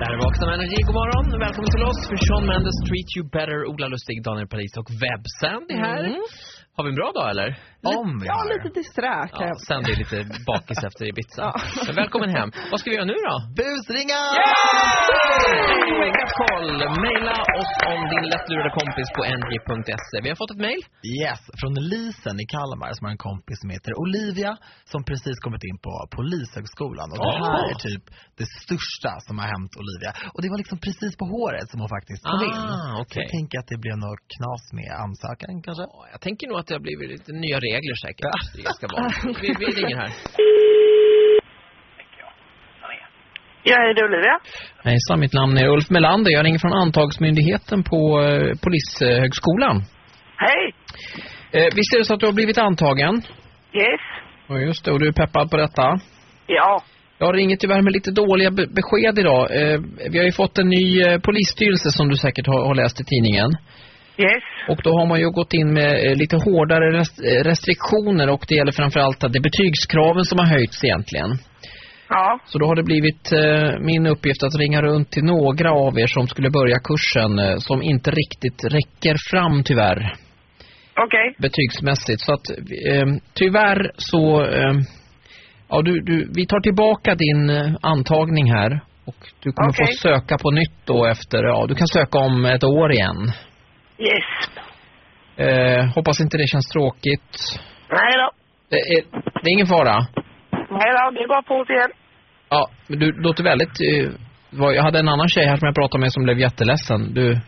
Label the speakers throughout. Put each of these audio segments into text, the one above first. Speaker 1: Där är Vakna med Energy, god morgon. Välkommen till oss. För Sean Mendes, Treat You Better, Ola Lustig, Daniel Paris och Webb Sandy här.
Speaker 2: Mm.
Speaker 1: Har vi en bra dag eller?
Speaker 2: Om vi
Speaker 3: ja,
Speaker 2: har.
Speaker 3: lite disträ kan
Speaker 1: Ja,
Speaker 3: jag
Speaker 1: Sandy är lite bakis efter Ibiza.
Speaker 3: Ja.
Speaker 1: Men välkommen hem. Vad ska vi göra nu då?
Speaker 2: Busringa!
Speaker 1: Veckans koll. Maila oss om din lättlurade kompis på ng.se. Vi har fått ett mail.
Speaker 2: Yes, från Lisen i Kalmar som har en kompis som heter Olivia som precis kommit in på Polishögskolan. Och det här
Speaker 1: Åh.
Speaker 2: är typ det största som har hänt Olivia. Och det var liksom precis på håret som hon faktiskt kom in.
Speaker 1: Ah, okej.
Speaker 2: Jag tänker att det blev något knas med ansökan kanske.
Speaker 1: Ja, Jag tänker nog att det har blivit lite nya regler säkert. Det är ganska vanligt. Vi, vi ringer här.
Speaker 4: Ja, är det Olivia?
Speaker 1: Hejsan, mitt namn är Ulf Melander. Jag ringer från antagsmyndigheten på eh, Polishögskolan. Eh,
Speaker 4: Hej!
Speaker 1: Visst är det så att du har blivit antagen?
Speaker 4: Yes?
Speaker 1: Ja, just det. Och du är peppad på detta?
Speaker 4: Ja.
Speaker 1: Jag ringer tyvärr med lite dåliga be- besked idag. Eh, vi har ju fått en ny eh, polisstyrelse som du säkert har, har läst i tidningen.
Speaker 4: Yes?
Speaker 1: Och då har man ju gått in med eh, lite hårdare rest- eh, restriktioner och det gäller framförallt att det är betygskraven som har höjts egentligen.
Speaker 4: Ja.
Speaker 1: Så då har det blivit eh, min uppgift att ringa runt till några av er som skulle börja kursen eh, som inte riktigt räcker fram tyvärr
Speaker 4: Okej.
Speaker 1: betygsmässigt. Så att eh, tyvärr så, eh, ja du, du, vi tar tillbaka din eh, antagning här och du kommer få
Speaker 4: Okej.
Speaker 1: söka på nytt då efter, ja du kan söka om ett år igen.
Speaker 4: Yes.
Speaker 1: Eh, hoppas inte det känns tråkigt.
Speaker 4: Nej då.
Speaker 1: Det är, det är ingen fara.
Speaker 4: Nej då, det är bara på igen.
Speaker 1: Ja, men du låter väldigt, eh, var- jag hade en annan tjej här som jag pratade med som blev jätteledsen. Du,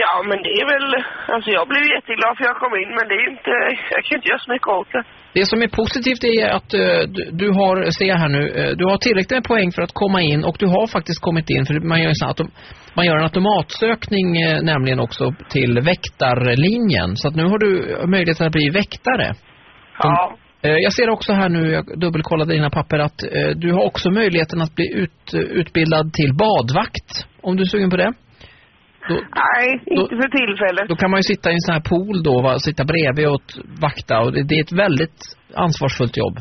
Speaker 4: Ja, men det är väl... Alltså jag blev jätteglad för jag kom in, men det är inte... Jag kan inte göra så mycket åt det.
Speaker 1: Det som är positivt är att eh, du, du har, se här nu, eh, du har tillräckligt med poäng för att komma in och du har faktiskt kommit in för man gör, ju så att man gör en automatsökning eh, nämligen också till väktarlinjen. Så att nu har du möjlighet att bli väktare.
Speaker 2: Mm.
Speaker 4: Ja.
Speaker 1: Eh, Jag ser också här nu, jag dubbelkollade dina papper, att eh, du har också möjligheten att bli ut, utbildad till badvakt, om du är sugen på det. Då,
Speaker 4: Nej, inte för tillfället.
Speaker 1: då kan man ju sitta i en sån här pool då, va? sitta bredvid och t- vakta och det, det är ett väldigt ansvarsfullt jobb.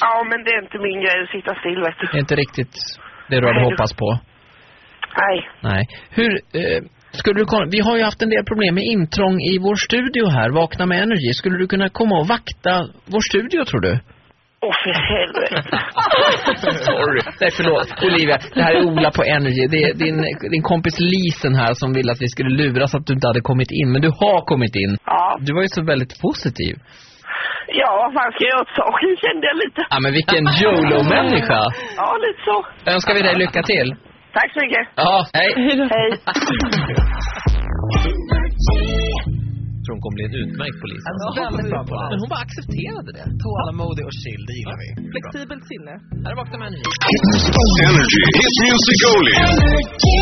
Speaker 4: Ja, men det är inte min grej att sitta still, vet
Speaker 2: Eh,
Speaker 1: Det är
Speaker 4: du.
Speaker 1: inte riktigt det du hade hoppats på.
Speaker 4: Nej.
Speaker 1: Nej. Hur, eh, skulle du, kon- vi har ju haft en del problem med intrång i vår studio här, Vakna med Energy. Skulle du kunna komma och vakta vår studio, tror du?
Speaker 4: Åh, för helvete.
Speaker 1: Sorry. Nej, förlåt. Olivia, det här är Ola på Energy. Det är din, din kompis Lisen här som ville att vi skulle luras att du inte hade kommit in, men du har kommit in.
Speaker 4: Ja.
Speaker 1: Du var ju så väldigt positiv.
Speaker 4: Ja, vad fan ska jag göra åt saken, kände jag lite.
Speaker 1: Ja, men vilken YOLO-människa.
Speaker 4: Ja, lite så.
Speaker 1: Önskar vi dig lycka till.
Speaker 4: Tack så mycket.
Speaker 1: Ja, hej.
Speaker 4: Hej.
Speaker 1: Jag tror hon kommer bli en utmärkt polis.
Speaker 2: Alltså, väldigt bra på allt.
Speaker 1: Men hon bara accepterade det.
Speaker 2: Tålamodig och chill, det gillar vi.
Speaker 3: flexibelt sinne.
Speaker 1: Här är Vakna med Energy.
Speaker 5: Energy. Hit music only.
Speaker 6: Energy.